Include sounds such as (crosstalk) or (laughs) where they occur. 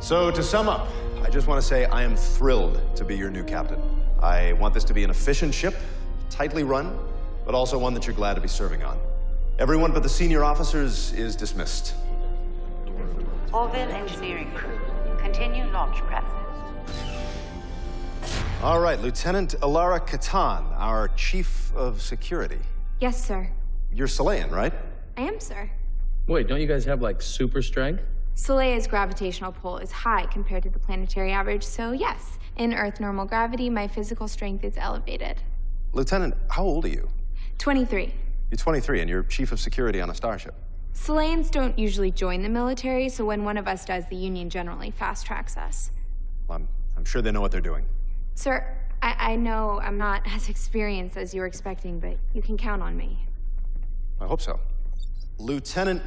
So, to sum up, I just want to say I am thrilled to be your new captain. I want this to be an efficient ship, tightly run, but also one that you're glad to be serving on. Everyone but the senior officers is dismissed. Orville engineering crew, continue launch practice. All right, Lieutenant Alara Katan, our chief of security. Yes, sir. You're Salayan, right? I am, sir. Wait, don't you guys have like super strength? Soleil's gravitational pull is high compared to the planetary average, so yes, in Earth normal gravity, my physical strength is elevated. Lieutenant, how old are you? 23. You're 23 and you're chief of security on a starship. Soleans don't usually join the military, so when one of us does, the Union generally fast tracks us. Well, I'm, I'm sure they know what they're doing. Sir, I, I know I'm not (laughs) as experienced as you were expecting, but you can count on me. I hope so. Lieutenant.